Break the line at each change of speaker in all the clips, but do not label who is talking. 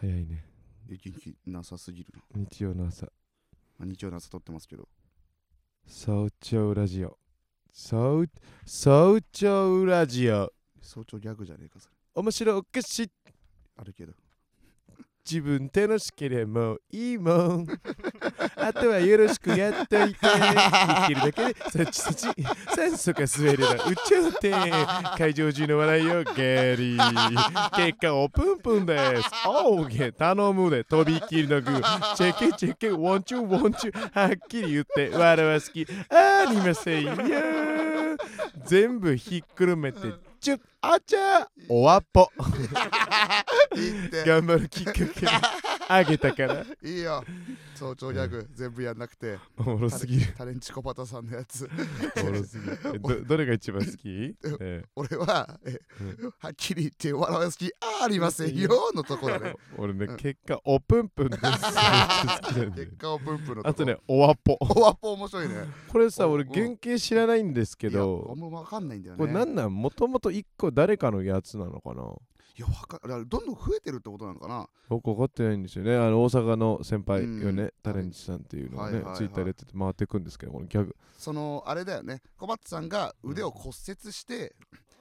早いね
雪日なさすぎるな。
日曜の朝
まあ日曜の朝撮ってますけど。
早朝ラジオ早早朝ラジオ
早朝ギャグじゃねえか、それ。
面白おかしい
あるけど。
自分楽しければもういいもんあとはよろしくやっといて言ってるだけでそっちそっち酸素が吸えれば宇宙艇会場中の笑いをゲリー結果おぷんぷんですオーゲ頼むでとびきりのグーチェケチェケワンチューワンチューはっきり言って笑わす気ありませんよ全部ひっくるめてチュッあちゃーおわっぽ
いいって、
頑張るきっかけあげたから
いいよ。早朝ギャグ全部やんなくて、
おもろすぎる。
タレンチコパタさんのやつ。
おもろすぎる。えどどれが一番好き、え
俺は、え
う
はっきり言って笑わす気ありませんよのとこだね。
お俺ね、
うん
結果、おぷんぷんです。めっちゃ好きなんだよ
結果をプンプンのと こ。
あとね、、おわっ ぽ。
おわっぽ面白いね。
これさ、
お
俺、
うん
原型知らないんですけ
いやあ
ど
ん、まわかんないんだよね。
これなんなんもともと1個誰かのやつなのかない
や、わかだからどんどん増えてるってことなのかな。
僕分かってないんですよね。あの、大阪の先輩よ
う
ね
ん、
タレンチさんっていうのが
は
ね
いはいは、い
ツイッターでやってて回ってくんですけど、このギャグ。
そのあれだよね。小松さんが腕を骨折して、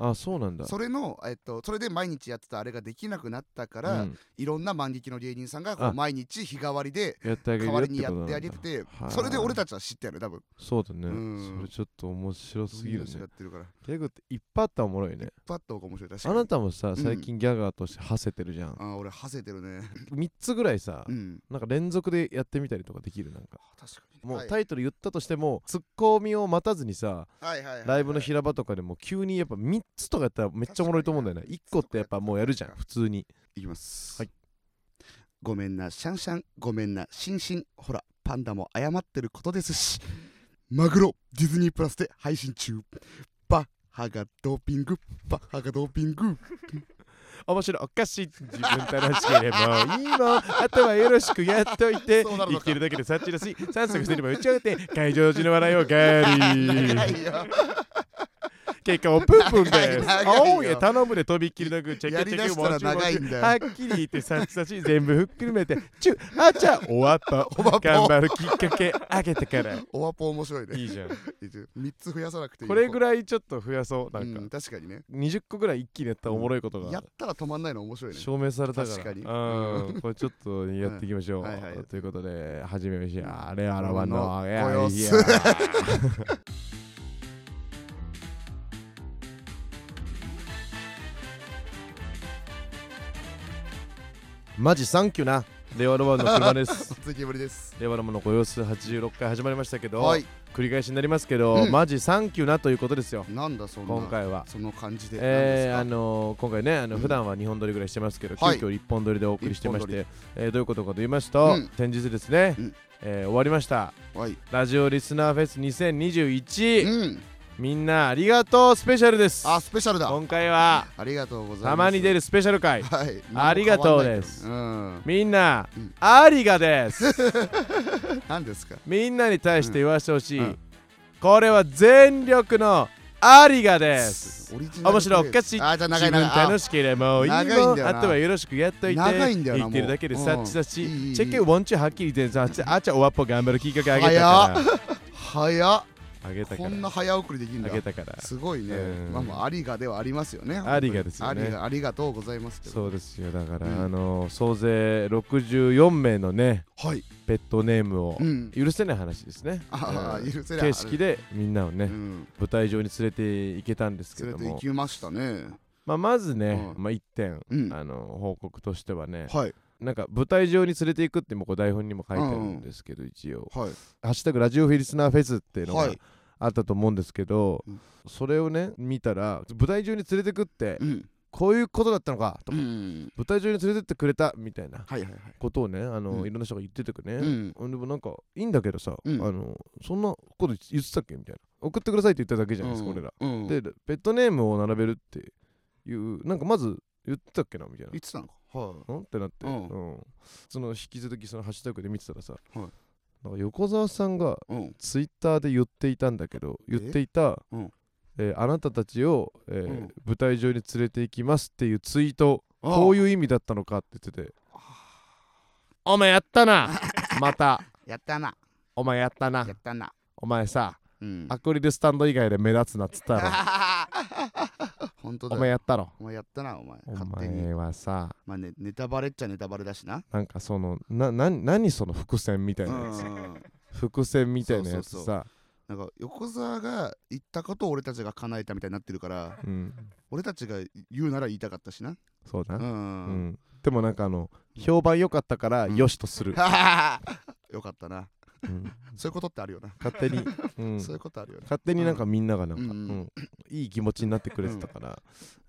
あ、そうなんだ。
それのえっとそれで毎日やってたあれができなくなったか
う
ら、
ん、
いろんな万劇の芸人さんがこ
あ
う毎日日替わりで
やってあげ
代
るよ
わ
っ
り
て
にや
ことな
っ
ん
て
だ
あげてて
は、い
それで俺たちは知ったよね多分。
そうだね、
うん
それちょっと面白すぎる
みんな知
ね
っ。てるから。
ギャグっていっぱいあったらおもろいね。
パッと面白い確か
あ
に。
なたもさ
ん
最近ギャガーとして馳せてるじゃん、
あー俺はせてるね。
3つぐらいさ、
うん。
なんか連続でやってみたりとかできるなんか
確かに。
も
は
う
い
タイトル言ったとしても、ツッコミを待たずにさ
はいはいはいはい
ライブの平場とかでも急にやっぱ3つとかやったらめっちゃおもろいと思うんだよね
確かに
1個ってやっぱもうやるじゃん普通に
いきます。
はい
ごめんな、シャンシャン。ごめんな、シンシン。ほら、パンダも謝ってることですし。マグロ、ディズニープラスで配信中。バッハがドーピング。バッハがドーピング。
面白いおかしい自分楽しければいいのあとはよろしくやっといて
そうなる
生き
のか
てるだけでサッチらしい3足すれば打ち上げて会場時の笑いをガーリー
いよ。
結果をプンプンです
長い。長いよ
青や頼むでとびっきりなくチェッ
や
ク
り
チェ
だ
ッ
し
ク
たら
も
長いんだよ
はっきり言ってさちさち全部ふっくるめてチュあちゃ終わった
おば
頑
ぽ。
張るきっかけあげて からい
おばぽ面白いね。
いじゃん
3つ増やさなくていい。
これぐ
ら
らいちょっと増やそうなん
うん、
か
確かにね。
20個ぐらい一気にやったらおもろいこと
や
が
ったら止まんないの面白いね。
証明されたから
確かに
うんこれちょっとやっていきましょ
うんはいは
う
い
ということで始めましょうあれあらわ
の
のいや
ご様
い
子
やマジサンキューな令和ロマンの車です
続きぶりです。
令和ロマンのご様子86回始まりましたけど、
はい。
繰り返しになりますけど、
うん
マジサンキューなということですよ
なんだそんな。
今回は。
その感じで。
えー、あ
何で
のー今回ねあの
うん
普段は2本撮りぐらいしてますけど、
はい
急遽1本撮りでお送りしてまし
一
て、えーどういうことかと言いますと、
うん
先日ですね、
うん
えー終わりました
すかはい。
ラジオリスナーフェス2021、
うん。
みんなありがとうスペシャルです
あ、スペシャルだ。
今回は
ありがとうございます。
たまに出
る。
るスペシャル回
はい。
ありがとうです
うん。
みんな、
うん
ありが です
何ですか
みんなに対して言わせてほしい、
うんうん
これは全力のありがです
オリジナル
面白い
フレーズ
おかしい
あ、じゃあ長
自
い
分
長い。
楽しければもういいもん
長いんだよな
あとはよろしくやっといて
長いんだよな
生きてるだけで
もう
サッチサッチ
うんいいいい
チェックワンチューはっきり言ってさあっちゃおわっぽ頑張るきっかけあげたか
あ早っ。
らあげたか
こん
ら
な早送りできるん
あ
だ
げ。たから
すごいね
う。ん
まあまあ、ありがではありますよね。
ありがですよね
ありが、ありがとうございますけど。
そうですよだから、
うん
あの総勢64名のね
はい。
ペットネームを
うん。
許せない話ですね、
ああ、許せない。
形式でみんなをね、
うん。
舞台上に連れて行けたんですけ
連れ
ど
て行
も
きましたね。
まあ、まずね、
うん
まあ、1点、
うん。
あの報告としてはね
はい。
なんか舞台上に連れて行くってもうこう台本にも書いてあるんですけど、一応
はい。
「ハッシュタグラジオフェリスナーフェス」っていうの
は
が
い。
あったと思うんですけど、
うん
それをね見たら舞台上に連れてくって
うん。
こういうことだったのかと
う
か、
ん。
舞台上に連れてってくれたみたいな
はいはいはい。
ことをねあの、
うん
いろんな人が言っててくね、
うん。
でもなんかいいんだけどさ、
うん
あのそんなこと言ってたっけみたいな送ってくださいって言っただけじゃないですか、俺ら、
うん。
でペットネームを並べるっていうなんかまず言ってたっけなみたいな
言ってたのか。はい。
んってなって、
うん
うんその引き続きそのハッシュタグで見てたらさ、
い
なんか横澤さんが
うん。
ツイッターで言っていたんだけど言
え
っていた、
うん
えーあなたたちを、えー
うん
舞台上に連れて行きますっていうツイート
ああ
こういう意味だったのかって言ってて
あ
お前やったな また
やったな
お前やったな
やったな
お前さ
うん
アクリルスタンド以外で目立つなっつ ったろ
本当
お
だ
前やったろ
お前やったなお前
お
勝手に
前はさ
まあねネタバレっちゃネタバレだしな
なんかそのなな何その伏線みたいうなやつ
ん
伏線みたいなやつさ
そうそうなんか横澤が言ったことを俺たちが叶えたみたいになってるから
うん
俺たちが言うなら言いたかったしな
そうだ
う
な、うん
ん
でもなんかあの評判良かったから
うん
よしとする、
よかったな
うん
そういうことってあるよな
勝手に、 うん、
そういうことあるよね
勝手になんかみんながなんか、
う
うんん
うん
いい気持ちになってくれてたから、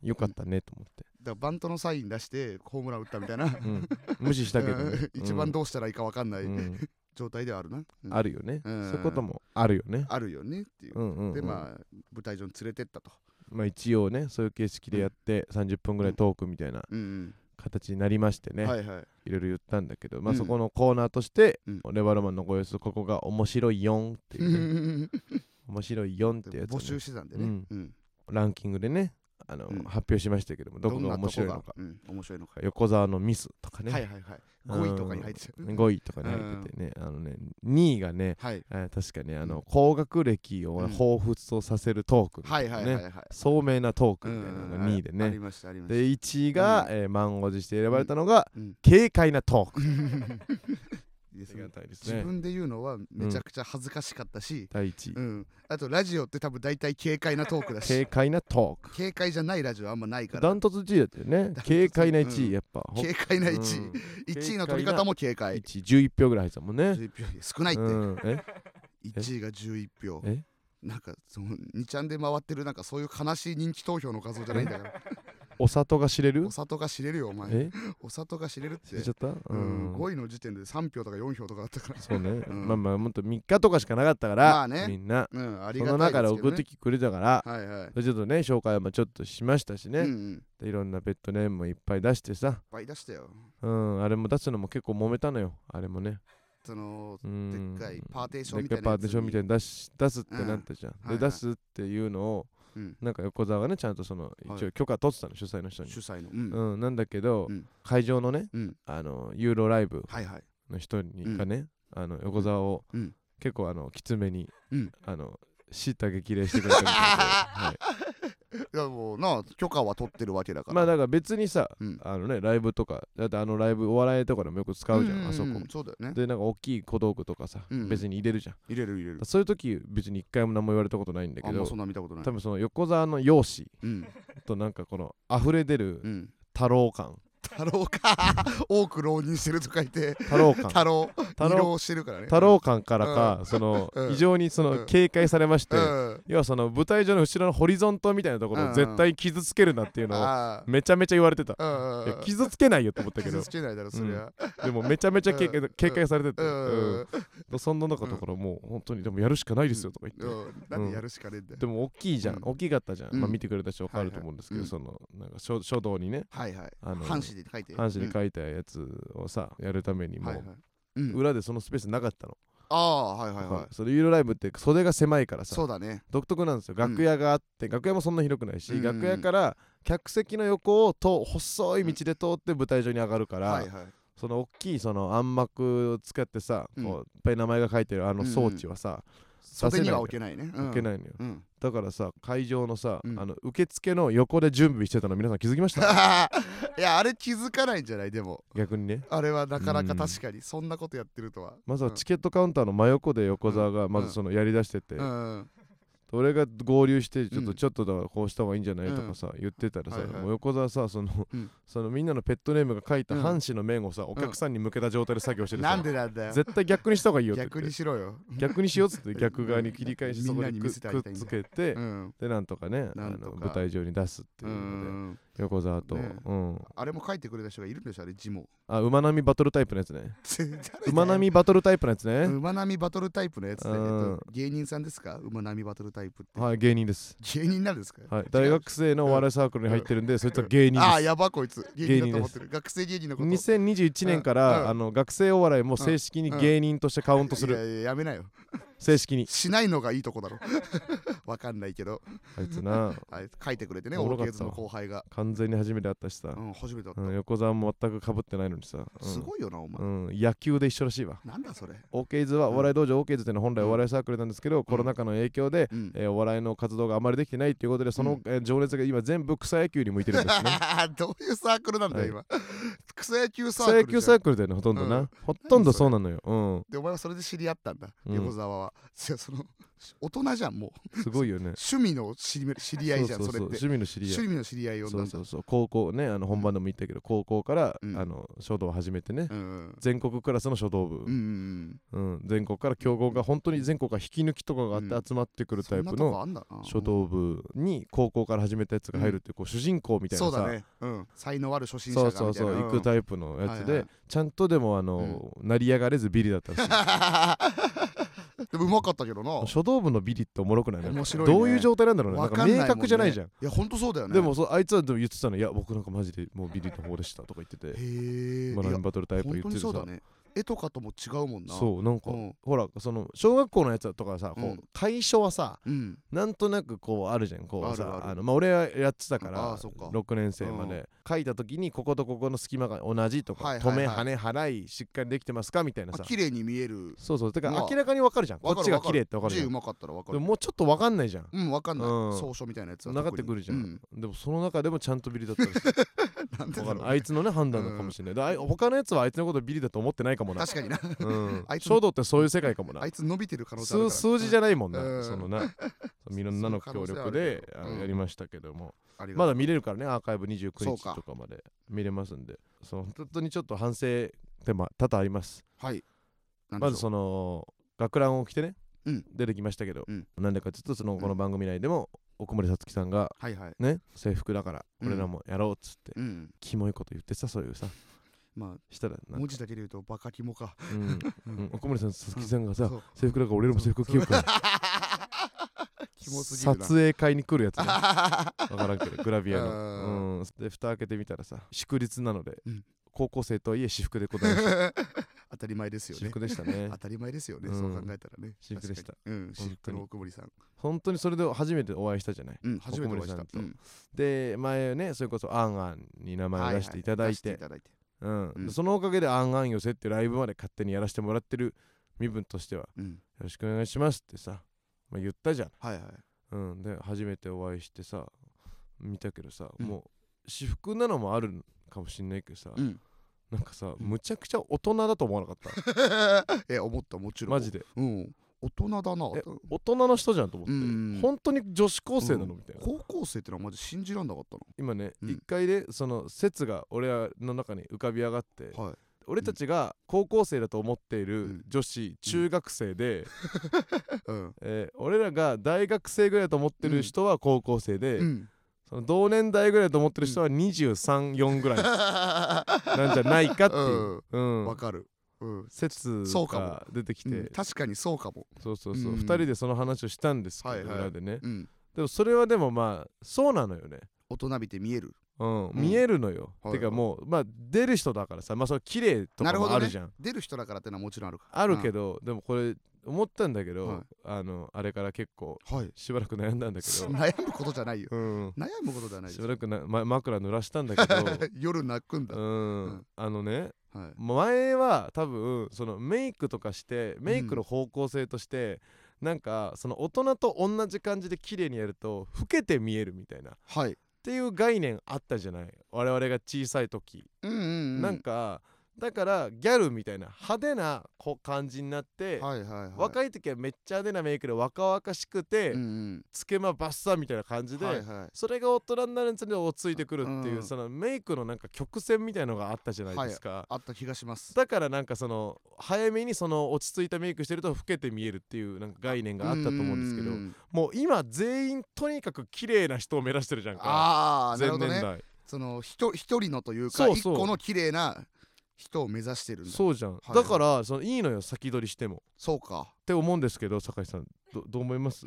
よかったねと思って、
だからバントのサイン出してホームラン打ったみたいな、
うん、無視したけど、ね
一番どうしたらいいか分かんない
うんうん
状態ではあるなうん
あるよね、
うん
そういうこともあるよね、
あるよねっていう
うんうんうん
でまあ舞台上に連れてったと
まあ一応ねそういう形式でやって30分ぐらいトークみたいな
うん
形になりまして
う
ね、、
んはいいはい
ろいろ言ったんだけど、ま
う
あ、
ん
そこのコーナーとして
うん
「レバルマンのご様子ここが面白いよん」っていうね、 面白いよんってやつを
募
ね、
集してたんでね
うん
うん
ランキングでねあの、
うん
発表しましたけどもどこ
ん
が
なと
面白いのか
がうん面白いのか
横澤のミスとかね、
はいはいはい
うん
5位とかに入ってたよ
5位とかに入っててね、あのね2位がね、
はい
えー確かねあ
うん
の高学歴を
うん
彷彿とさせるトークみ
は
た
い
いな
は
ね、
いはいはい
聡明なトークみたいなの
う
が
ん
2位で
あ
ね
り、ましたありました
で1位が、えー満を持して選ばれたのが、
うん
軽快なトーク、
いいです
あり
ね
がたいです
自
ね
分で言うのはめちゃくちゃ恥ずかしかったし
第1位、
うんあとラジオって多分大体軽快なトークだし
軽快なトーク
軽快じゃないラジオあんまないから
ダントツ1位だったよね
トツ
軽快な1位、
うん
やっぱほ
軽快な1
う
位
ん
1位の取り方も軽
1
快
位11票ぐらい入ってたもんね、
11票少ないっ
う
て
ん、え
1位が11票
え
なんかその2ちゃんで回ってるなんかそういう悲しい人気投票の画像じゃないんだ から
お里が知れる
お里が知れるよお前
え
お里が知れるっ
知れ
て
ちゃった、
うん5位の時点で3票とか4票とかあっ たから
そうね、
ん
まあまあもっと3日とかしかなかったから、
まあね
みんな
うんあり
そ
が
の
たい
中
ですけ
で
ど
送って
ね
きてくれたから、
はいはい
ちょっとね紹介もちょっとしましたしね、
うんうんいっ
でいろんなペットネームもいっぱい出してさ、
ぱい出したよ
うん、あれも出すのも結構揉めたのよあれもね
その
うん
でっかいパーテーション
でっ
み
かい
たいな
パー
やつ
ティションみたいに出し出すってなったじゃん、
うんはいはい
で出すっていうのを、
うん
なんか横澤がねちゃんとその
はい
一応許可取ってたの主催の人に
主、催のうん
うんなんだけど、
うん
会場のね
うん
あのユーロライブ
はいはい
の人にがね、あの横澤を、
うん
結構あのきつめに、
うん
あの叱咤激励してくれたみたいで、 はい
いやもうな許可は取ってるわけだから
まあだから別にさ、
うん
あのねライブとかだってあのライブお笑いとかでもよく使うじゃん、
んんん
あそこ
そうだよね
でなんか大きい小道具とかさ、
うん
別に入れるじゃん
入れる入れる
そういう時別に一回も何も言われたことないんだ
あ
け
んま
ど
そんな見たことない
多分その横澤の容姿
うん
となんかこの溢れ出る
うん
太郎感
太郎か 多く浪人してると書いて
太郎 感
太郎
太
二
郎
浪してるからね
太郎感からか、その、
うん
異常にその、
うん
警戒されまして、
うん
要はその舞台上の後ろのホリゾントみたいなところ
うん
を絶対傷つけるなっていうのを
あ
めちゃめちゃ言われてた。
あ
いや傷つけないよと思ったけど
傷つけないだろそりゃ
でもめちゃめちゃ警戒
うん
警戒されてて、
う
うん
ん
そんな中だからもう本当にでもやるしかないですよとか言って、
うんなんでやるしかねえんだよ
でも大きいじゃん、
うん
大きかったじゃん、
うん
まあ見てくれた人分かると思うんですけど、
はいは
そのなんか書書道にね
はいはい
あの
半紙で書いて
半紙
う
で
ん
書いたやつをさやるためにも、
はいはいうん
裏でそのスペースなかったの、
ああはいはい
は
はい
それユーロライブって袖が狭いから
いそ
さ
うだね
独特なんですよ
うん
楽屋があって、楽屋もそんな広くないし、
うん
楽屋から客席の横をと細い道で通って舞台上に上がるから、
はいはい
その大きいその暗幕を使ってさ、
うん
こういっぱい名前が書いてるあの装置はさ、
袖には置けないね
置け
い
ないのよ
うん
だからさ会場のさ、
うん
あの受付の横で準備してたの皆さん気づきまし た
いやあれ気づかないんじゃないでも
逆にね
あれはなかなか
うん
確かにそんなことやってるとは
まずはチケットカウンターの真横で横澤がまずそのやりだしてて、
うん
俺が合流してちょっ
うん
とちょっとだからこうした方がいいんじゃないとかさ、言ってたらさ、
はいはい
もう横澤さその,、
うん
そのみんなのペットネームが書いた
うん
半紙の面をさ、お客さんに向けた状態で作業してる
な
さ、
んでなんだよ
絶対逆にした方がいいよって言って
逆にしろよ
逆にしようっつって逆側に切り返して
み
そ
ん
こ
な
に
に
く
見
っ
せてあげたいんだ
つけて、
うん
でなんとかね
なんと
あの
か
舞台上に出すって
う
いうので
ん
横澤と、
ね
うん、
あれも書いてくれた人がいるんでしょあれ字も
あ馬並みバトルタイプのやつね
誰だよ
馬並みバトルタイプのやつね、
馬並みバトルタイプのやつで、えっ
うん
と芸人さんですか馬並みバトルタイプって、
はい芸人です、
芸人なんですか、
はい、大学生のお笑いサークルに入ってるんで、そいつは芸人
ああ
です
やばこいつ芸人だと思ってる学生芸人のこと
2021年から、
うん
あの学生お笑いも正式に芸人としてカウントする、
いやいややめなよ
正式に
しないのがいいとこだろ わかんないけど
あいつな
あい書いてくれてね
おも
オ
ろ
ー
かっ
ケー
た
ズの後輩が、
完全に初めて会ったしさ
う、ん、初めてだった、
うん、横澤も全く被ってないのにさ、うん、
すごいよなお前、
うん、野球で一緒らしいわ
なんだそれ、
オーケーズは
うん
お笑い道場オーケーズっていうのは本来お笑いサークルなんですけど、コロナ禍の影響で、
うん、
えーお笑いの活動があまりできてないっていうことでその、
うん
えー情熱が今全部草野球に向いてるん ですね
どういうサークルなんだよ、今草野球サ
草
ークル
野球サー
クル
クルだよねほとんどな、
うん
ほとんどそうなのよう
でお前はそれで知り合ったんだ、
うん
横澤はじゃその大人じゃんもうん
すごいよね
趣味の知り知り合いじゃん
そう
そ
そうそう
れっ
趣
て
味の知り合い
趣味の知り合いを呼ん
そ
だ
うん
だ
そうそう高校ねあの本番でも言ったけど高校から、
うん
あの書道を始めてね、
うんうん
全国クラスの書道部、
うんうん
うん全国から強豪が本当に全国が引き抜きとかがあって
うん
集まってく
うん
る
そ
タイ
んな
プ
とこ
の
あんだな
書道部に高校から始めたやつが入るっていうこう主人公みたい
そ
な
うだ
さ
ね、うん、才能ある初心者
そう
がみたい
そ
な
うそう行
ん
くタイプのやつ
はいは
で
い
ちゃんとでもあの成り上がれずビリだった らしい
でもうまかったけどな
書道部のビリっておもろくないなんか
面白いね
どういう状態なんだろうねなん
わ
か
かんないもん
明
ね
確じゃないじゃん
いやほんとそうだよね
でもそうあいつはでも言ってたのいや僕なんかマジでもうビリの方でしたとか言って
へ
て
え
学びバトルタイプ
本
言っ
当
てて
にそ
さ
うだね絵とかとも違うもんな
そうなんか
うん
ほらその小学校のやつとかさ
う
こ
ん
う楷書はさ
うん
なんとなくこうあるじゃんこう
ある
さ
ある
あのまあ俺はやってたか
あ
ら
ーそっか
6年生まで書いた時にこことここの隙間が同じとか
はいはいは
止
い
め跳ね払いしっかりできてますかみたいな
あ
さ
綺麗に見える
そうそうだか
ま
ら
あ
明らかにわかるじゃんこ
わか
っ
る
ちが綺麗ってわかるじ
字
ゃ
うんまかったらわ
で
か
も
る
もうちょっとわかんないじゃん
うんわかんない
うん
草書みたいなやつは
なか
特に
ってくるじゃん
うん
でもその中でもちゃんとビリだったらしい
なんで
わか
だ
ん
ろ
ない
う
あいつのね判断なのかもしれないであい他のやつはあいつのことビリだと思ってないかもな
確かにな
うん
あいつ
衝動ってそういう世界かもな
あいつ伸びてる可能性ある
数
から
数字じゃないもんな、
うん
その なみんなの協力で
そう可能性あるけど
あの
うん
やりましたけども、
ありが
ま
と
だ見れるからねアーカイブ29
そう
日
か
とかまで見れますんでその本当にちょっと反省点も多々あります
うはいなんで
ま
しょう
ずその学ランを着てね、
うん
出てきましたけど、
うん
なんでかちょっとその
ん
この番組内でも奥森さつきさんが
はいはい
ね制服だから
うん
俺らもやろうっつって、
うん
キモいこと言ってさそういうさ
ま
したら
あ
なん
文
か、
字だけで言うとバカキモか
うんうん奥森さんさつきさんがさ、
そう
制服だから俺らも制服着よう か
キモすぎるな
撮影会に来るや つねわからんけどグラビア
う
の、うん、で蓋開けてみたらさ祝日なので、
うん
高校生とはいえ私服でございました
当たり前ですよ
私
ね
服でしたね
当たり前ですよね、
うん
そう考えたらね
私服でした
確かにうん私
本当
服
に
の奥森さん
本当にそれで初めてお会いしたじゃない
うん初めてお会いした
奥森さんとで前ねそれこそアンアンに名前を出していただいて,、うん
うん
でそのおかげでアンアン寄せっていうライブまで勝手にやらせてもらってる身分としてはよ
うん
ろしくお願いしますってさ、まあ、言ったじゃん、
はいはい
うん、で初めてお会いしてさ見たけどさ、
うん
もう私服なのもあるかもしんないけどさ、
うん
なんかさ、むちゃくちゃ大人だと思わなかった
え思ったもちろん
マジで
うん大人だな
え大人の人じゃんと思って、
うん
本当に女子高生なの、みたいな
高校生ってのはマジ信じらんなかった
今ね、
うん
一回でその説が俺らの中に浮かび上がって、
のはい
俺たちが高校生だと思っていうる
ん
女子、中学生で、
うん
えー俺らが大学生ぐらいだと思ってる人は高校生で、
うん
その同年代ぐらいだと思ってる人は234ぐらいなんじゃないかっていう、うん
わかるうん
説
そう
が
か
出てきて、
うん確かにそうかも
そうそうそう、
うん
2人でその話をしたんですけど、
はいはい
裏でね
うん
でもそれはでもまあそうなのよね
大人びて見える
うん、
ん
見えるのよ、
はいはい
てかもうまあ出る人だからさまあそれ綺麗と
な
か
るほ
も
どね
あるじゃん
出る人だからってのはもちろんあるか
あるけど、でもこれ思ったんだけど、
はい
あのあれから結構
はい
しばらく悩んだんだけど、
悩むことじゃないよ
うん、
悩むことではないで
し
す
ばらくな、ま、枕濡らしたんだけど
夜泣くんだ、
う
は
ん、
うん
あのね
い、
前は多分そのメイクとかしてメイクの方向性として、なんかその大人と同じ感じで綺麗にやると老けて見えるみたいなっ
はい
ていう概念あったじゃない我々が小さい時
うんうん、うん、
なんかだからギャルみたいな派手なこ感じになって、
はいはいはい
若い時はめっちゃ派手なメイクで若々しくて、
うん
つけまばっさみたいな感じ
うん、
で、
はいは
それが大人になるにつれ落ち着いてくるっていう、
うん
そのメイクのなんか曲線みたいのがあったじゃないですか。
あった気がします
だからなんかその早めにその落ち着いたメイクしてると老けて見えるっていうなんか概念があったと思うんですけど
ううん
もう今全員とにかく綺麗な人を目指してるじゃんか
ああな
前
るほど
年代、
ねそのひと一人のというか
そう
一
そう
個の綺麗な人を目指してるんだ
そ
そう
うじゃん、
はい
だからそのいいのよ先取りしても
か
って思うんですけど酒井さんどどう思います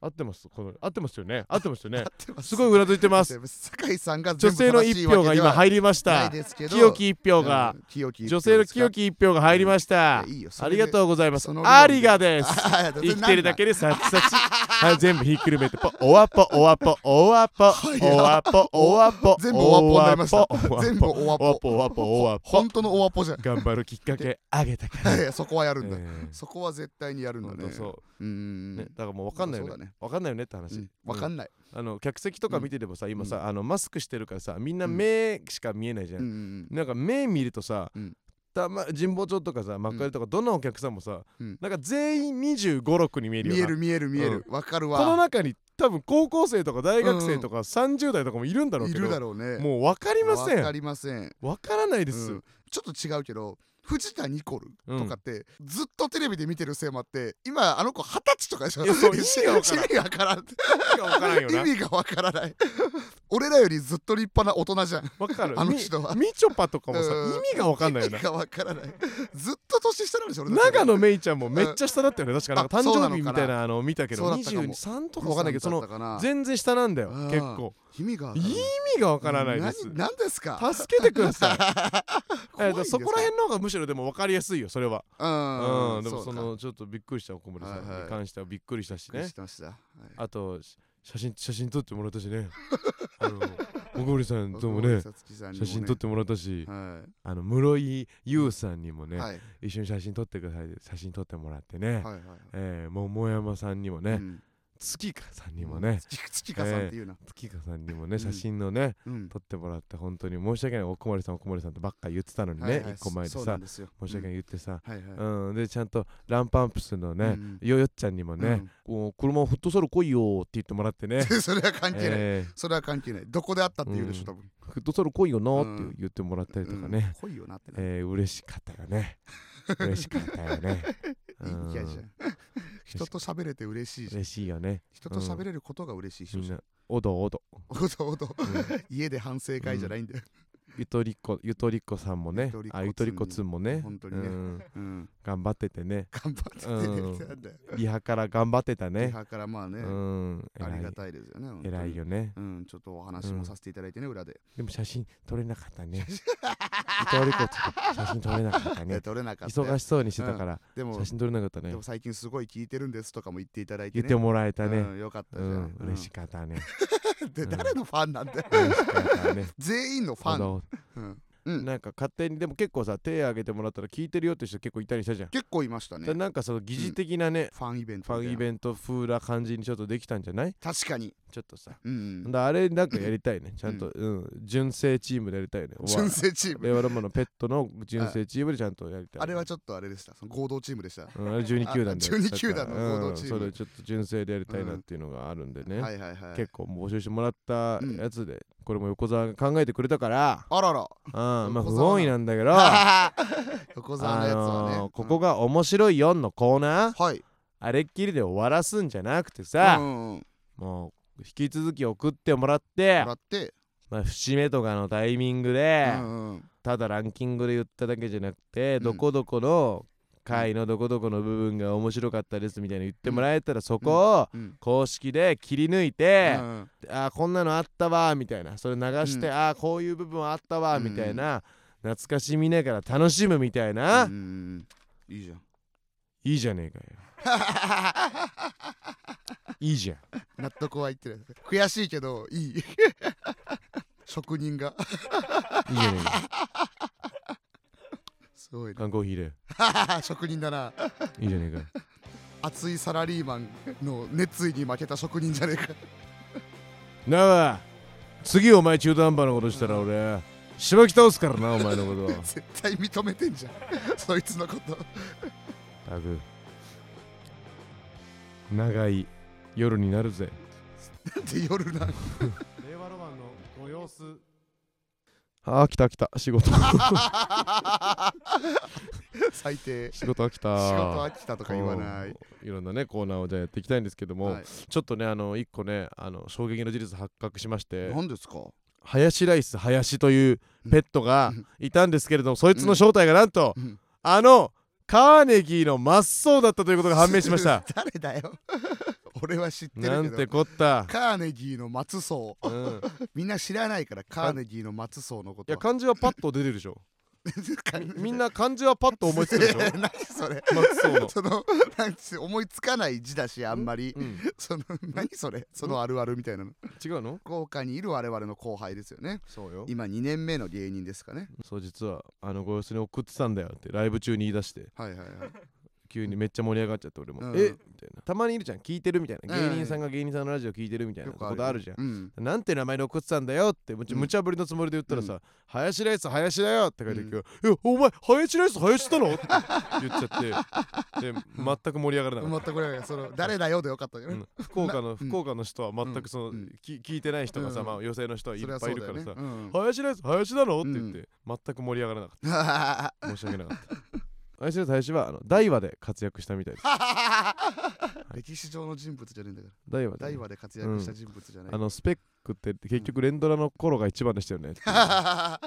合ってますこの合ってますよね合ってますよね
合ってます
ごいうなずいてます
酒井さんが
女
全部
性の
正し
一
いわけ
票が今入りまし
ではない
た
ですけど
清き一票が
うん清き一票
女性の
ですか
清き一票が入りました
いやいいよそ
あり
れで
がとうございます
その理論で
ありがです
あー
生きてるだけでサチサチ
な
は
ん
い全部ひっくるめてポおわぽおわぽおわぽ
い
おわぽおわぽ
全部おわぽになりました
おわぽお
だ
わ
全部おわ
ぽおわ
ぽ
ぽおわぽおわぽ
本当のおわぽじゃん
頑張るきっかけあげたか
いやそこはやる
ら
んだ
うん
そこは絶対にやるんだ
本
ね
当そううんねだからもう分かんないよ
そうだ
ね
ね
分かんないよねって話
わかんない
あの客席とか見ててもさ今さあのマスクしてるからさみんな目しか見えないじゃ
うんん
なんか目見るとさ
うん
たま神保町とかさ幕張とかどのお客さんもさ
うん
なんか全員2 5 6に見えるよ
見
な
える見える見えるわかる
この
わ
中に多分高校生とか大学生とか30代とかもいるんだろう
い
け
る
ど
だろうね
もう分かりませ
わか
ん
りません
分からないで
う
す
んちょっと違うけど藤田ニコルとかって、ずっとテレビで見てるせいもあって今あの子二十歳とかでしょ
いやそう意味がわからん
意味がわ
分
からん
からんよな
意味がわからない俺らよりずっと立派な大人じゃん
分かる
あの
み
人は
みちょぱとかもさ
うん
意味が分かんないよ
意
な
味がわからないずっと年下なんでしょ俺たち
長野めいちゃんもめっちゃ下だったよね確かなんか
あ
誕
そうなの
生
か
日
な
みたいなあの見たけど
そうだったかも
23とか分かんないけどその
だったかな
全然下なんだよ
うん
結構
意味がわ
意
からない
味が分からないです
何何ですか
助けてください
怖
え
い
っ
んで
と
す
そ
か
こら辺の方がむしろでも分かりやすいよそれは
うん、
うんでもそう
か
のちょっとびっくりした小森さんに
はいはい
関してはびっくりしたし
びっくり
ね
してました、はい
あとし写真写真撮ってもらったし ねあの小森さんとも
小森
ね
さつきさんにも
写
ね
真撮ってもらったし、
は
あの室井優さんにも
い、
ね、
はいはい
一緒に写真撮ってくださいって写真撮ってもらってね、
はいはい
えー桃山さんにもね、
うん
月香さんにもね、
月月香さんっていうな、
月香さんにも
うん
ね写真のね、
うん
撮ってもらって本当に申し訳ないおこまりさんおこまりさんとばっか言ってたのに
はい
ね、
はい
一個前で
そ
さ
うなんですよ
申し訳ない言ってさ、
うんはいは
う
い
んでちゃんとランパンプスの
う
ね、
ん
よよっちゃんにもね、こう車をフットサル来いよって言ってもらってね
それは関係ない、
えー
それは関係ないどこで会ったって言うでしょ
うん
多分
フットサル来いよなー
う
っ
ん
て言ってもらったりとか
うん
ね、
濃いよなってな
えー嬉しかったよね嬉しかったよねうん
いやじゃん人と喋れて嬉しいじゃん
嬉しいよね
人と喋れることが嬉しい人
みん
じゃん
なおどおど、
おどおど
うん
家で反省会じゃないんだよ
ゆとりっ子ゆとりっ子さんもね
ゆとりっ子
あゆとりっ子つんもね
本当にね
うん
うん
頑張っててね
頑張ってて
うん
みたいなんだよ
リハから頑張ってた
リ
ね
ハからまあ
う
ね
ん
あり
偉
が
い
たいですよね本当に
偉いよね
うんちょっとお話もさせていただいてね裏で
でも写真撮れなかった ねゆとりっ子つん写真撮れなかった
いや
ね
撮れなかったよ
忙しそうにしてたから
でも
写真撮れなかった
で
ね
も最近すごい聞いてるんですとかも言っていただいて
言っ
ね
てもらえたね
うんよかった
う
じゃ
ん
ん
嬉しかったね
うん で
うん
誰のファンなんだよ
嬉しかったね
全員 のフ
あ
ァン
の
うんうん
なんか勝手にでも結構さ手挙げてもらったら聞いてるよって人結構いたりしたじゃん、
結構いましたね
だなんかその疑似的なね、
ファンイベント
ファンイ
ン
ベント風な感じにちょっとできたんじゃない
ト確かに
ちょっとさ、
うんうん
だあれなんかやりたい ねちゃんと、うん純正チームでやりたいね
純正チーム
レワロマのペットの純正チームでちゃんとやりたい
あれはちょっとあれでしたその合同チームでしたは
うん、あれ12球団で
あ12球団の合同チー
うん
ム
それちょっと純正でやりたいなっていうのがあるんでね、
いはいはい
結構募集してもらったやつで、これも横澤が考えてくれたから、
あら
う
ら
ん、まあ
横
不
澤
本意なんだけど、
横澤のやつはね、
あのーここが面白い4のコーナー、
うんはい
あれっきりで終わらすんじゃなくてさ
う、んうん、も
もう引き続き送ってもらって、
らって、
まあ、節目とかのタイミングで、
うんうん
ただランキングで言っただけじゃなくて、
ん
どこどこの回のどこどこの部分が面白かったですみたいな言ってもらえたら、そこを
うん
公式で切り抜いて、あーこんなのあったわーみたいなそれ流して、
うん
あーこういう部分あったわーみたいな、懐かしみながら楽しむみたいな、
うんうんうんいいじ ゃん
いいじゃねえかよいいじゃん
納得はいってない悔しいけどいい 職人が
いいじゃねえか
すごいね
缶コーヒーで
職人だない
いじゃねえか
熱いサラリーマンの熱意に負けた職人じゃねえか
なあ次お前中途半端なことしたら俺しばき倒すからなお前のこと
絶対認めてんじゃん そいつのこと
たく長い夜になるぜ
なんで夜なの
令和ロマンのご様子あー来た来た仕事
最低仕
仕事飽きた
事飽きたとか言わない
うんいろんなねコーナーをじゃあやっていきたいんですけども、
はい
ちょっとねあの一個ねあの衝撃の事実発覚しまして
何ですか
ハヤシライス林というペットが
うん
いたんですけれども、そいつの正体がなんと、
うん
あのカーネギーの真っ青だったということが判明しました
誰だよ俺は知って
な
る
ん
け
て
ど
こった、
カーネギーの松荘
うん、
みんな知らないからカーネギーの松荘のこ
い
と
や
は
漢字はパッと出てるでしょ
か
みんな漢字はパッと思いつくでしょ
何それ
松そうの、
そのなんつ思いつかない字だしあんまり
うん、
その何それそのあるあるみたいなの
違うの
福岡にいる我々の後輩ですよね
そうよ
今2年目の芸人ですかね
そう実はあのご様子に送ってたんだよってライブ中に言い出して
はいはいはい
急にめっちゃ盛り上がっちゃって俺も「
うん
えみたいなたまにいるじゃん聞いてるみたいな、
うん
芸人さんが芸人さんのラジオ聞いてるみたいな
よく
ことあるじゃん、
うん
なんて名前で送ってたんだよってむち
うん
無茶ぶりのつもりで言ったらさ「林ライス林だよ」って書いて
うん
るけど「えお前林ライス林だの?」って言っちゃってで全く盛り上がらなかった
全くこれその誰だよでよかったよ
う
ね
ん福岡の
ん
福岡の人は全くその、
うん
き聞いてない人がさ、
うん
まあ寄席の人はいっ
それは
ぱ
そ
いういるか
だよ
らさ
ね
「
うん
林ライス林なの?」って言って、
う
全く盛り上がらなかっ
は
た申し訳なかった林ライス林はあの大和で活躍したみたいです
ははは歴史上の人物じゃねえんだから
大和でね、
大和で活躍した人物じゃない
あのスペックって結局連ドラの頃が一番でしたよねっていう
あ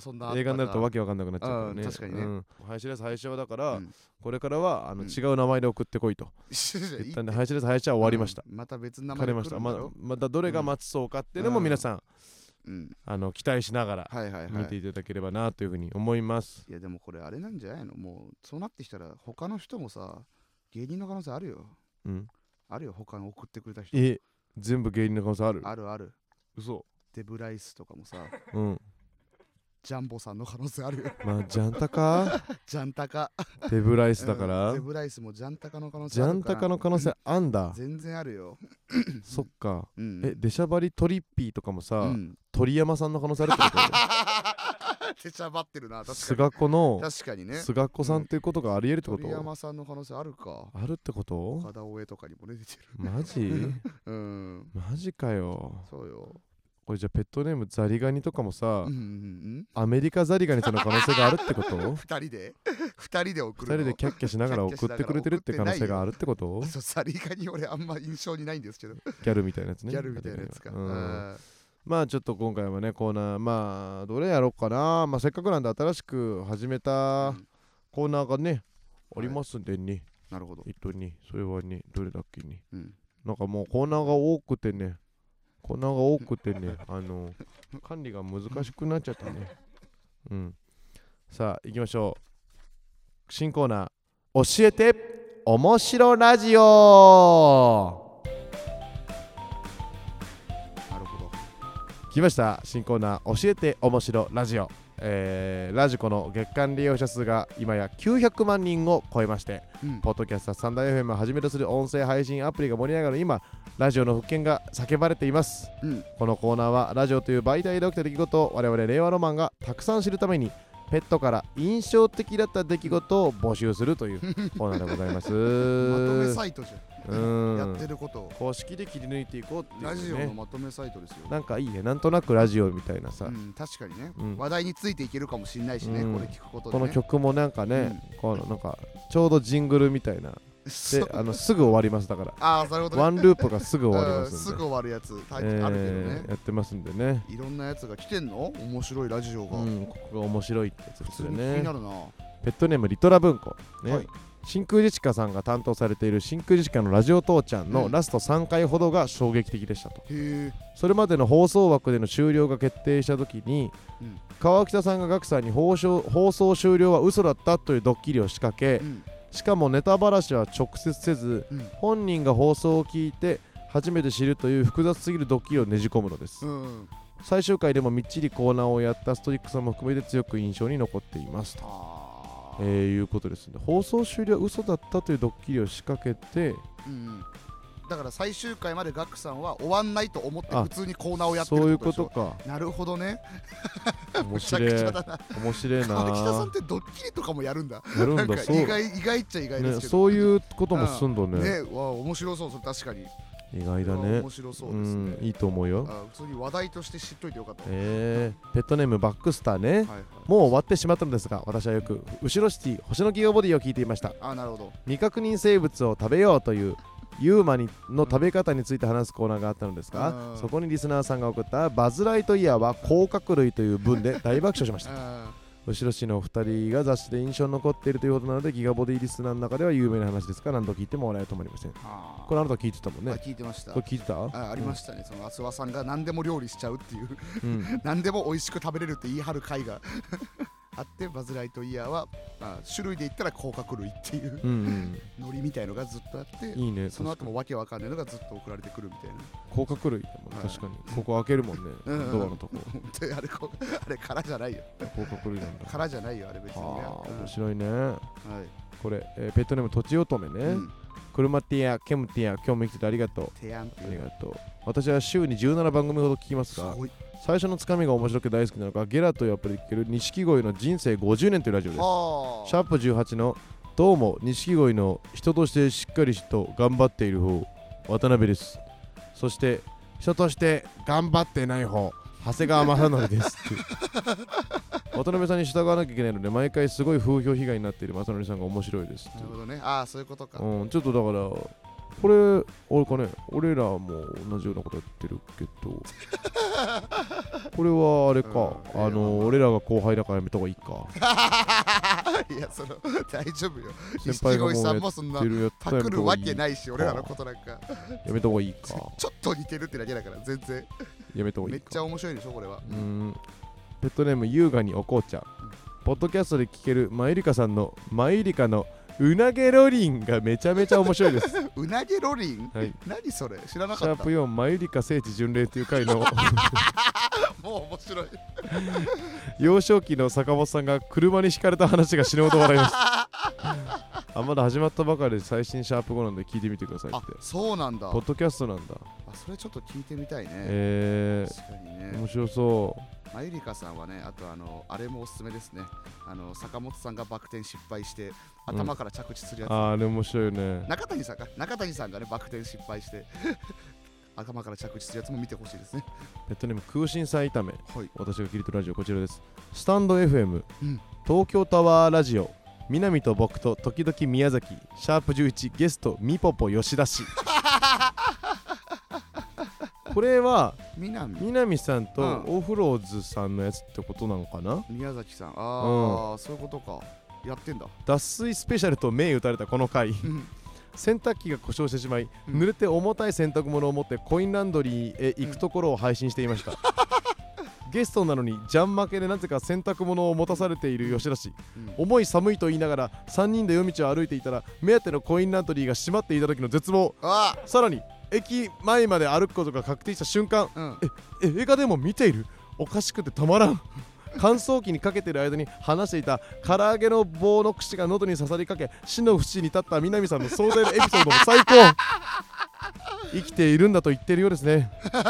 そんなあったか
映画になる とわけわかんなくなっちゃうからね
うん確かにね
うん、林田最初はだから、
うん
これからはあの、
うん
違う名前で送ってこいと言ったんで林田最初は終わりました、
うんまた別の名
枯
前
れ
で
ま
来
した
るん
ま
だ
だ
ろ
またどれが松そうかっていうのも
うん
皆さん、
うん
あの期待しながら
はいはいは
見て
い
いただければなというふうに思います、
いやでもこれあれなんじゃないのもうそうなってきたら他の人もさ芸人の可能性あるよ
うん、
あるよ他の送ってくれた人
え全部芸人の可能性ある
あるある
嘘
デブライスとかもさ
うん
ジャンボさんの可能性 あるよ
まあジャンタ カ
ジャンタカ
デブライスだから、
うんデブライスもジャンタカの可能
ジ
性あ
ャ
る
ン
から
タカの可能性あんだ
全然あるよ
そっか
うん
え出しゃばりトリッピーとかもさ、
うん
鳥山さんの可能性あるってこと
手ちゃばってるな確か
菅子の
に確かにね
菅子さんっていうことがありえるってこ
鳥
と
山さんの可能性あるか
あるってこと
片尾絵とかにもね出てる
マジ
うん
マジかよ
そうよ
これじゃあペットネームザリガニとかもさ
うんうんうん
アメリカザリガニさんの可能性があるってこと
二人で二人で
二
送るの
人でキャッキャしながら送ってくれてるって可能性があるってこと
そうさりがに俺あんま印象にないんですけど、
ギャルみたいなやつね
ギャルみたいなやつか、
うん
あ
まあちょっと今回はねコーナーまあどれやろうかなまあせっかくなんで新しく始め
ー
た
うん
コーナーがねありますんでね
なるほど、
一とにそれはねどれだっけに
うん、
なんかもうコーナーが多くてね、コーナーが多くてね、あの、管理が難しくなっちゃったね。うん。さあ、行きましょう。新コーナー、教えて、面白ラジオ
なるほど
来ました、新コーナー、教えて、面白ラジオ。えーラジコの月間利用者数が今や900万人を超えまして、
うん
ポッドキャスターサンダー FM をはじめとする音声配信アプリが盛り上がる今、ラジオの復権が叫ばれています。
うん
このコーナーは、ラジオという媒体で起きた出来事を我々令和ロマンがたくさん知るために、ペットから印象的だった出来事を募集すると いうコーナーでございます。
まとめサイトじ
う
ゃん、
ん
やってることを
公式で切り抜いていこうっていう、ね、
ラジオのまとめサイトですよ、
なんかいいね、なんとなくラジオみたいなさ、
うん、確かにね、
うん
話題についていけるかもしれないしね、
うん
これ聞くことで、
こ
ね、
の曲もなんかね、このなんかちょうどジングルみたいな、
そ
で
う
あのすぐ終わりますだから、
ああなるほどね
ワンループがすぐ終わりま
うん
す
す
ん
ぐ
で。
終わるやつタイト
え
ル
ー
あるけどね、
やってますんでね、
いろんなやつが来てんの面白いラジオ
う
が、
ん、ここが面白いってやつで
普
す
通
よ
に気に
ね
なるな、
ペットネームリトラ文庫、ね
はい
真空ジェシカさんが担当されている真空ジェシカのラジオ父ちゃん
う
の
ん
ラスト3回ほどが衝撃的でしたと、
へえ
それまでの放送枠での終了が決定した時に、
うん
川北さんがガクさんに放送放送終了は嘘だったというドッキリを仕掛け、
うん
しかもネタばらしは直接せず、
うん
本人が放送を聞いて初めて知るという複雑すぎるドッキリをねじ込むのです、
うん
最終回でもみっちりコーナーをやったストイックさも含めて強く印象に残っていますと、
あ
え
ー
ーいうことですね放送終了は嘘だったというドッキリを仕掛けて
うんうんだから最終回までガクさんは終わんないと思って
あ
普通にコーナーをやっ
そ
て
うい
る
う
って
こ
こ
とと
でしょ
か
なるほどね
面
めちゃ
白
くちゃ
い
だな
面 白いな
川北さんってドッキリとかもやるんだ
やる
なん
んだ
か
そう
意外意外っちゃ意外です
ね、
けど
そういうこともすんだね
ねわあ面白そうそれ確かに
意外だ
これは
ね
面白そう
う
ですね
んいいと思うよ
あ普通に話題として知っといてよかったはい
えー、ペットネームバックスターね
はい
もう終わってしまったのですが私はよく後ろシティ星の企業ボディを聞いていました
あなるほど
未確認生物を食べようというユーマにの食べ方について話すコーナーがあったのです
う
が
ん
そこにリスナーさんが送った「バズ・ライトイヤーは甲殻類」という文で大爆笑しました
あ
後ろ氏のお二人が雑誌で印象に残っているということなのでギガボディリスナーの中では有名な話ですが何度聞いても笑いは止まりません
あー
これあなた聞いてたもん
あ
ね
聞いてました
これ聞いてたあ
あありましたね、その阿諏訪さんが何でも料理しちゃうっていう
うん
何でも美味しく食べれるって言い張る回が あってバズ・ライトイヤーは、まあ、種類で言ったら甲殻類っていう
うん
ノリみたいのがずっとあって
うんいいね
その後もわけわかんないのがずっと送られてくるみたいな
甲殻類だもんね
はい
確かにここ開けるもんね
うんうん
ドアのとこ
であれこうあれ空じゃないよ
甲殻類 なんだ
空じゃないよあれ別にね
はあ
うん
面白いね
はい
これえーペットネームとちおとめ
う
ね
ん、
車ティアケムティア今日も生きててありがとう
提案って
あ
い
り
う
がとう私は週に17番組ほど聞きます
す
が
ごい
最初のつかみが面白くて大好きなのがゲラとやっぱり聞ける錦鯉の人生50年というラジオです
はあ
シャープ18のどうも錦鯉の人としてしっかりと頑張っている方渡辺ですそして人として頑張ってない方長谷川正則ですって いう渡辺さんに従わなきゃいけないので毎回すごい風評被害になっている正則さんが面白いですって
ないる
う
ほどねああそういうことか
うん、ちょっとだからこれ俺かね俺らも同じようなことやってるけどこれはあれか、
うん
あの俺らが後輩だからやめた方がいいか
いやその大丈夫よ
先輩
錦
がもう
鯉さん
や
もそんな
ってるやった
パ
らやめ
ク
た
る
方が
わ
いい
けないし俺らのことなんか
やめた方がいいか
ちょっと似てるってだけだから全然
やめた方が
め
いい
っ
か
ちゃ面白いでしょこれは
うーんペットネーム優雅にお紅茶ポッドキャストで聞けるマユリカさんのマユリカのうなげロリンがめちゃめちゃ面白いですシ
うなげロリン
はい
何それ知らなか
ャー
った
プ4マユリカ聖地巡礼という回の
もう面白い
幼少期の坂本さんが車にひかれた話が死ぬほど笑いました あまだ始まったばかりで最新シャープ後なんで聞いてみてくださいっ
あ
て
そうなんだ
ポッドキャストなんだ
あそれちょっと聞いてみたいね
え
確かに
ー、
ね
面白そ
まゆりかさんはねあとあのあれもおすすめですねあの坂本さんがバク転失敗して頭から着地する
う
やつ
あーあれ面白いよね
中谷さんか中谷さんがねバク転失敗して 頭から着地するやつも見てほしいですね
ペットネーム空心菜炒め
はい
私が聞いてるラジオこちらですスタンド FM、
うん
東京タワーラジオ南と僕と時々宮崎シャープ11ゲストみぽぽ吉田 氏これは
南
南さんと
う
オフローズさんのやつってことなのかな、
宮崎さんああ、そういうことかやってんだ
脱水スペシャルと銘打たれたこの 回洗濯機が故障してしまい、
うん
濡れて重たい洗濯物を持ってコインランドリーへ行くところを配信していま した、ゲストなのにジャン負けでなぜか洗濯物を持たされている吉田氏
うん
重い寒いと言いながら3人で夜道を歩いていたら目当てのコインランドリーが閉まっていた時の絶望
あ
さらに駅前まで歩くことが確定した瞬間
あうん
映画でも見ているおかしくてたまらん乾燥機にかけてる間に話していた唐揚げの棒の口が喉に刺さりかけ死の淵に立った南さんの壮大なエピソードも最 高生きているんだと言ってるようですね、
なん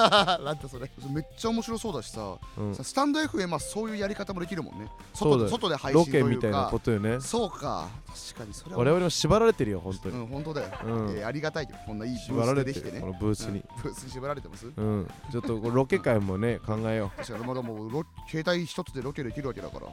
だそれめっちゃ面白そうだしさ、
うん
さスタンド FM はそういうやり方もできるもんね
そうだ
外
よ
で外で配
ロ
信と
ケ
いうか
みたいなことよね
そうか確かにそれは
我々も縛られてるよ本当
う
に、
ん本当だよ、
うん
えーありがたいけどこんないいブ
縛
ー
ら
ス
れ
で
て
で
る
きてね
このブースに、
うんブースに縛られてます
うんちょっとこうロケ会もね考えよ
確かにまだもうロ携帯一つでロケできるわけだから、
う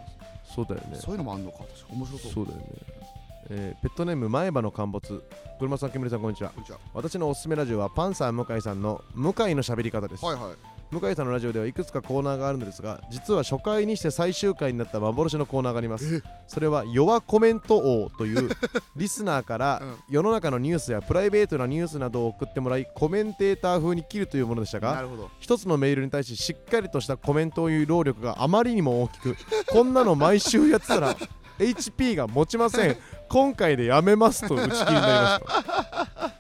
そうだよね
そういうのもあんのか確か面白そう
そうだよね、えーペットネーム前歯の陥没車さん煙さんこんにちは
こんにちは
私のおすすめラジオはパンサー向井さんの向井の喋り方です、
はいはい
向井さんのラジオではいくつかコーナーがあるのですが実は初回にして最終回になった幻のコーナーがありますそれは「弱コメント王」と いうリスナーから
うん
世の中のニュースやプライベートなニュースなどを送ってもらいコメンテーター風に切るというものでしたが
なるほど
一つのメールに対ししっかりとしたコメントを言う労力があまりにも大きくこんなの毎週やってた ら HP が持ちません今回でやめますと打ち切りになりまし
あ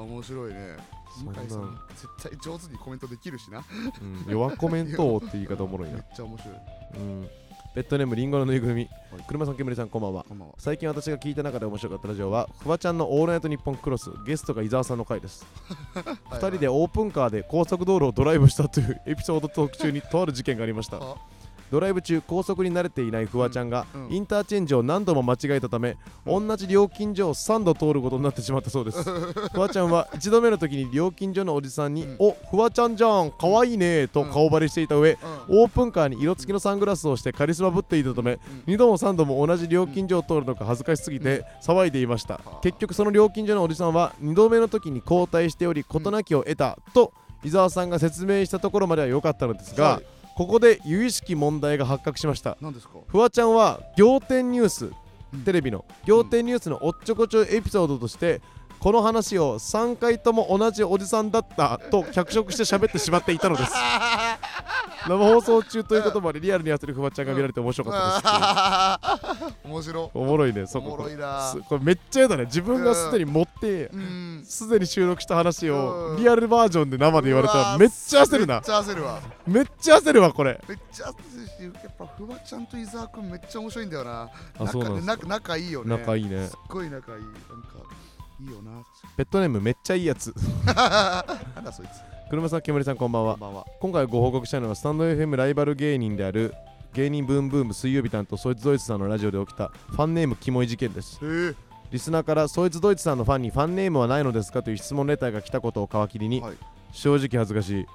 面白いね
そん
向
な
井さん絶対上手にコメントできるしな
た、うん、弱コメント王って言い方おもろい
めっ
な、
ちゃ面白い
うん、ベッドネームリンゴのぬいぐるみ車さん煙さんこんばんは
こんばんは
最近私が聞いた中で面白かったラジオはフワちゃんの「オールナイトニッポンクロス」ゲストが伊沢さんの回です2人でオープンカーで高速道路をドライブしたというエピソードトーク中にとある事件がありました
あ
ドライブ中高速に慣れていないフワちゃんが
うんうん
インターチェンジを何度も間違えたため同じ料金所を3度通ることになってしまったそうです フワちゃんは1度目の時に料金所のおじさんに
うん
「おフワちゃんじゃんかわいいね」と顔バレしていた上
うん
オープンカーに色付きのサングラスをしてカリスマぶっていたため2度も3度も同じ料金所を通るのが恥ずかしすぎて騒いでいました
はあ
結局その料金所のおじさんは2度目の時に交代しており事なきを得たと伊沢さんが説明したところまでは良かったのですが
はい
ここで由々しき問題が発覚しました
何ですか
フワちゃんは仰天ニュース
ん
テレビの仰天ニュースのおっちょこちょいエピソードとしてこの話を3回とも同じおじさんだったと脚色して喋ってしまっていた のです生放送中ということまでリアルにやってるフワちゃんが見られて面白かった です
面白
おもろいねそ
お
こ
もろいな
すこれめっちゃやだね自分がすでに持って
うん
すでに収録した話
う
を
ん
リアルバージョンで生で言われた
うわ
ら
ー
めっちゃ焦る
め
な
っちゃ焦るわ
めっちゃ焦るわこれ
めっちゃ焦るしやっぱフワちゃんと伊沢くんめっちゃ面白いんだよな
あそうなんですか
仲仲いいよね
仲
いい
いいね
すっごい仲いいなんかいい よな
ペットネームめっちゃいいやつ
なんだそいつ
車さん煙さんこんばん
こ
は
んばんは
今回ご報告したいのはスタンド FM ライバル芸人である芸人ブームブーム水曜日担当そいつドイツさんのラジオで起きたファンネームキモい事件です
えー
リスナーからそいつドイツさんのファンにファンネームはないのですかという質問レターが来たことを皮切りに、
はい
正直恥ずかしい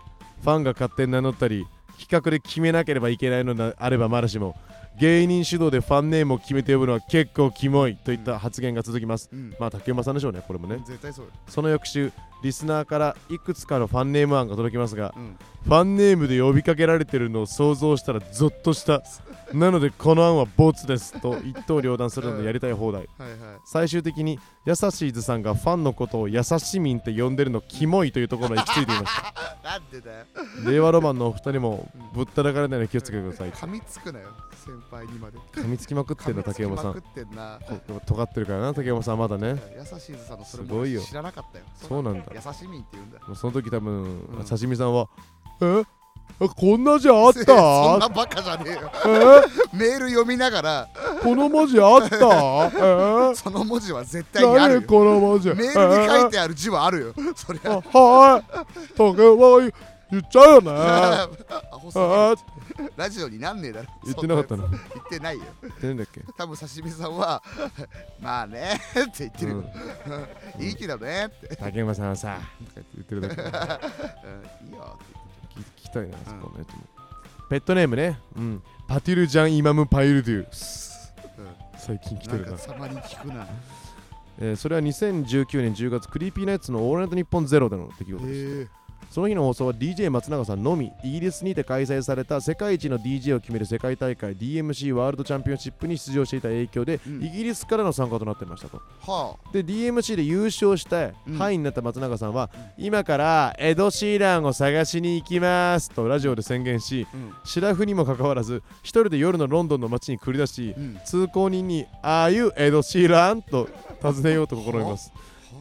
ファンが勝手に名乗ったり企画で決めなければいけないのであればまだしも芸人主導でファンネームを決めて呼ぶのは結構キモいといった発言が続きます、
うん
まあ竹馬さんでしょうねこれもね
絶対そうよ
その翌週リスナーからいくつかのファンネーム案が届きますが
うん
ファンネームで呼びかけられてるのを想像したらゾッとしたなのでこの案はボツですと一刀両断するのでやりたい放題
はいはい
最終的に優しいずさんがファンのことを優しみんって呼んでるのキモいというところに行き着いていまし
なんでだよ
た令和ロマンのお二人も
う
ぶ
ん
ったらかれないように気をつけてください
噛みつくなよ先輩にまで
噛みつきまくってんだ竹山さ
噛み
ん
つきまくってんな
こ尖ってるからな竹山さんまだね
優しいずさんのそれ
すごいよ
も知らなかったよ
そうなんだ
優しみんって言うんだ
もうその時多分、
うん
刺身さんは「えあこんなじゃあっ
そん
た
なバカじゃねえよ
え
メール読みながら
この文字あったえ
その文字は絶対にあるよ
何この文字
メールに書い
て
てある字はあるよそりゃ
はい竹山言っちゃうよ ね
アホすぎる
あ
ラジオになんねえだろ
言ってなかった
そ
なん言
やつ言ってないよ
ってないんだっけ
多分刺身さんは まあねって言ってるよ、いい気だねって、
竹山さんはさとか言ってるだけ
うんいいよって
聞きたいな、そこのやつもペットネームね、うん、パティルジャン・イマム・パイルデュ最近来て
言っ
るな
てるなんかたまに聞くな
えーそれは2019年10月クリーピーナイツの「オールナイトニッポンゼロでの出来事です、
え
その日の放送は DJ 松永さんのみイギリスにて開催された世界一の DJ を決める世界大会 DMC ワールドチャンピオンシップに出場していた影響で、
うん
イギリスからの参加となってましたと
は
で DMC で優勝した
うん
範囲になった松永さんは、今からエド・シーランを探しに行きますとラジオで宣言し
あ、うん
シラフにもかかわらず一人で夜のロンドンの街に繰り出し
うん、
通行人に「ああいうエド・シーラン」と尋ねようと試みます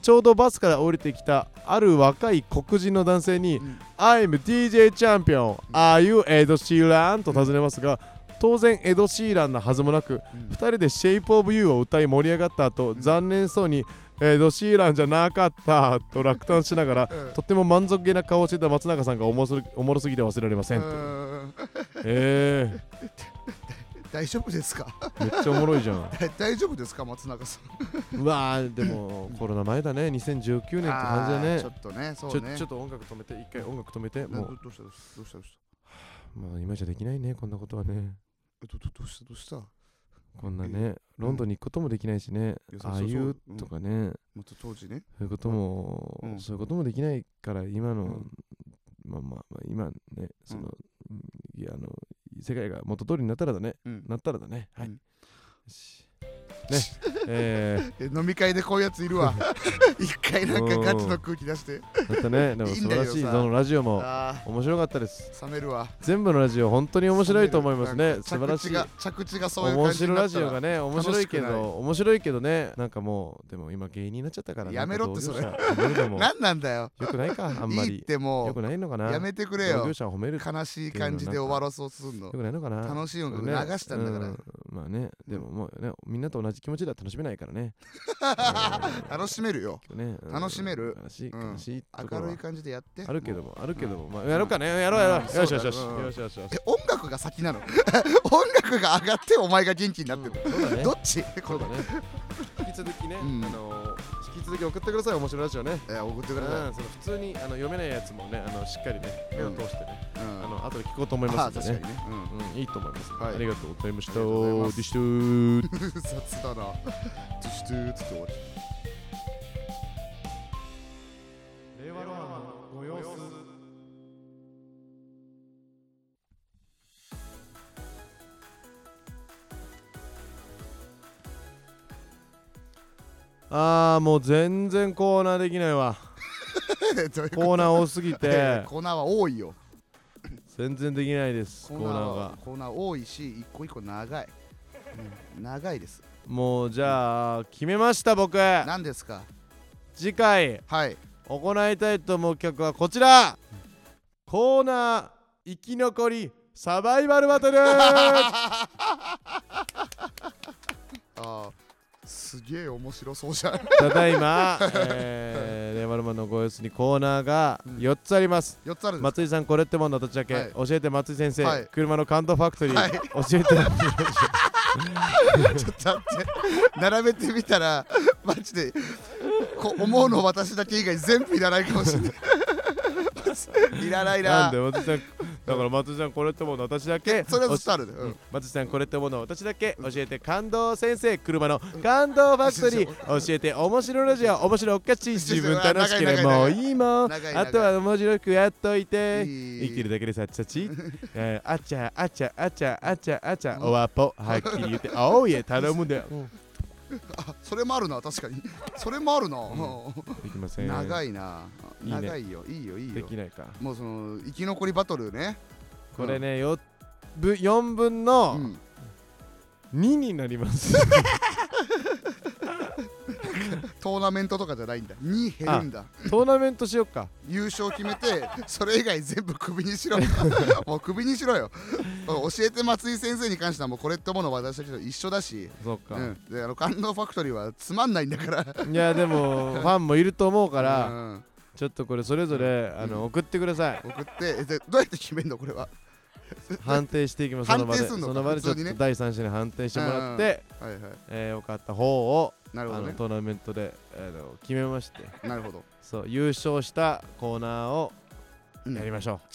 ちょうどバスから降りてきたある若い黒人の男性に
うん
「I'm DJ チャンピオン Are you エド・シーラン」と尋ねますが当然エド・シーランなはずもなく
うん
2人で「シェイプ・オブ・ユー」を歌い盛り上がった後残念そうに「エド・シーランじゃなかった」と落胆しなが ら
うん
とても満足げな顔をしていた松永さんがおもすおもろすぎて忘れられませんという
うん
ええ
大丈夫ですか
めっちゃおもろいじゃん。
大丈夫ですか松永さん
うわあでもコロナ前だね、2019年って感じだ
あ
ね。
ー
ち
ち
ょ
ょっとねそうね
ちょっと音楽止めて、一回音楽止めて、
な
も
ど
う、
どうしたどうしたどうしたどうした
まあ、今じゃできないね、こんなことはね。
えどどどうしたどうした
こんなね、ロンドンに行くこともできないしね、
うん
ああい
そううそう
とかね、
また当時ね
そういうことも、
うん
そういうこともできないから、今の、
うん
まあまあまあ、今ね、その、うんいや、あの、世界が元通りになったらだね、
うん
なったらだね、はい。
うん
よしね、えー、
え飲み会でこういうやつい るわ一回なんかガチの空気出して
だったね、でも素晴らし
いいんだけ
い、
どさ
どのラジオも
あ
面白かったです。
ー冷めるわ
全部のラジオ本当に面白いと思いますね
なんか
素晴らし
着地
い
が着地がそういう
面
感じ
白
に
いラ
なった
ジオが
ら
ね面白いけ
楽しく
ど面白いけどねなんかもうでも今芸人になっちゃったから
やめろってそれ
なんか同業者褒める のも
何なんだよ
よく ないかあんま
いいっ
り
ても
よくないのか
う
な
やめてくれよ
同業者を褒めるよ
悲しい感じで終わらそうとすんの
くないのかな
楽しい音楽
ね
流したんだから、
うんまあねでももうねみんなと同じ気持ちでは楽しめないからね
楽しめるよ
うんねうん
楽しめる
悲しい
うん
悲しいところ
明る
はい
感じでやって
あるけど
も
もあるけどもまあやろうかねやろうやろう
うん
よしよし
そう
よ
だ
し
ね
よしよしよ
う
し
え音楽が先なの 音楽が上がってお前が元気になってる、
そうだね
どっち こ
そう
れ
だね。引き続きね、
うん
あのー引き続き送ってください面白いラジオね。
えー送って
う
く
ん、
だ
そ
さ
の普通にあの読めないやつもね、あのしっかりね目を通してね、
い、うん
あの後で聞こうと思い
あ
ま
ー
すん
確
で
か
ね
に。ね、
うん、いいと思います、
はい
ありがとうございました。
ありがとうございます
でしたー。
うん、雑だなずしゅーつって終わっちゃう
令和ロマンのご様子。ああもう全然コーナーできないわ
どういうこと
コーナー多す ぎ
いやい
て
やコーナーは多いよ
全然できないですコーナー
は
が
コーナー多いし一個一個長い、うん長いです
もうじゃあ決めました僕
何ですか
次回
はい
行いたいと思う企画はこちらコーナー生き残りサバイバルバ トル
あーすげえ面白そうじゃん
ただいま、えー、レイマルマンのご様子にコーナーが4つあります、
4つあるんです
松井さんこれってもんの立ち
は
上
い
げ教えて松井先生、
はい
車の感動ファクトリー、
はい
教えて
ちょっと待って並べてみたらマジでこ思うの私だけ以外全部いらないかもしれないいらないな
なんで松井さんだから松井さんこれってもんの私だけ
それは
教
ずっとあるね、う
うんん松井さんこれってものを私だけ教えて感動先生車の感動ファクト リー教えて面白ラジオ面白おかしい自分楽しければもういいもん
長い長い
あとは面白くやっといて
い
生
い
きてるだけでさちさち えーあちゃあちゃあちゃあちゃあちゃおわぽはっきり言 ってあおいえ頼むんだよ
あそれもあるな確かにそれもあるな、
できません
長
い
いな、
いいね
長いよいいよいい
で
よ
きないか
もうその生き残りバトルね
これねよぶ4分の
うん
2になります
トーナメントとかじゃないんだ2減るんだ
トーナメントしよっか
優勝決めてそれ以外全部クビ にしろもうクビにしろよ教えて松井先生に関してはもうこれってもの私たちと一緒だし、
そっ
う
か、
ん、であの感動ファクトリーはつまんないんだから
いやでもファンもいると思うから、
うん
ちょっとこれそれぞれ、あの送ってください。
送ってえでどうやって決めんのこれは、
判定していきます。そ
判
の場
定
です
んの
その場でちょっ
普通に
と
ね
第三者に判定してもらって、
はいはい
えー、よかった方を、
な
あ
るほど
の
ね
トーナメントで、あの決めまして、
なるほど、
そう優勝したコーナーを
うん
やりましょ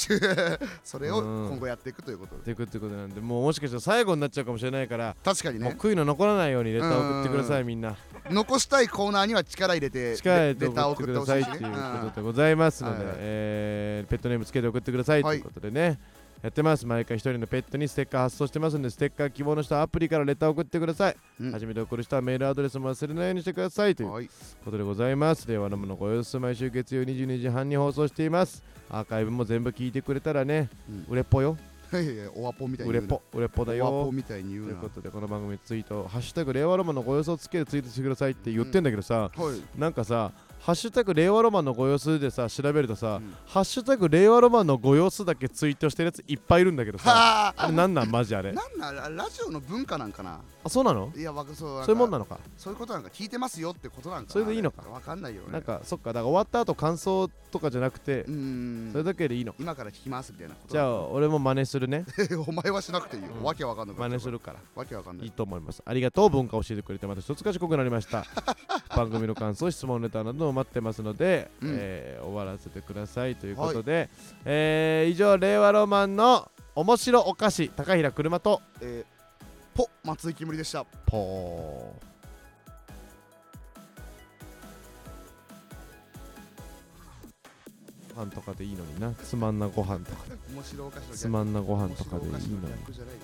それを
うん
今後やっていくということ
う。
で
ということなんで、もうもしかしたら最後になっちゃうかもしれないから、
確かに
もう
ね
悔いの残らないようにレター送ってくださいみんな。
残したいコーナーには力入れて
力入れて
レレターを
送っ
送って
く
て
だ
ほし
さい
い
っ
しね、
ていううこ
ん
とでございますので、
はいはい
えーペットネームつけて送ってくださいと
はい
いうことでね、やってます毎回一人のペットにステッカー発送してますんでステッカー希望の人はアプリからレター送ってください、
うん
初めて送る人はメールアドレスも忘れないようにしてくださいという
はい
ことでございます令和のものご様子毎週月曜22時半に放送していますアーカイブも全部聞いてくれたらね、
うん
売れっぽよ
いやいやオワポみたいに
売れ
言
っ
うな
ぽ売れっぽだ
オワポ
よ
みたいに言
と
う
いう
な
ことでこの番組ツイート「ハッシュタグ令和ロマンのご様子をつけてツイートしてください」って言ってんだけどさ、
はい
なんかさ「ハッシュタグ令和ロマンのご様子」でさ調べるとさ、
うん
ハッシュタグ令和ロマンのご様子だけツイートしてるやついっぱいいるんだけど さ
は
あれなんなんマジあ
あ
れ
なんなんララジオの文化なんかな
あそうなの
いやわかそう
そういうもんなの
の
か
そういうことなんか聞いてますよってことなんかな
それでいいのか
わかんないよね
なんかそっかだから終わった後感想とかじゃなくて
うー
それ
ん
だけでいいの
今から聞きますみたいなこと
じゃあ俺も真似するね
お前はしなくていいよ、
うん
わけわかんない
真似するから
わけわかんないい
いと思いますありがとう文化を教えてくれてまた一つ賢くなりました 番組の感想質問ネタなども待ってますので、
うん
えー終わらせてくださいということで、えー以上令和ロマンの面白お菓子高平車と
えーポ松井きむりでした
ポーご飯とかでいいのになつまんなご飯とか
面白おかしの逆
つまんなご飯
面
とか
白お
でいい
かしの
のに
逆じゃないよ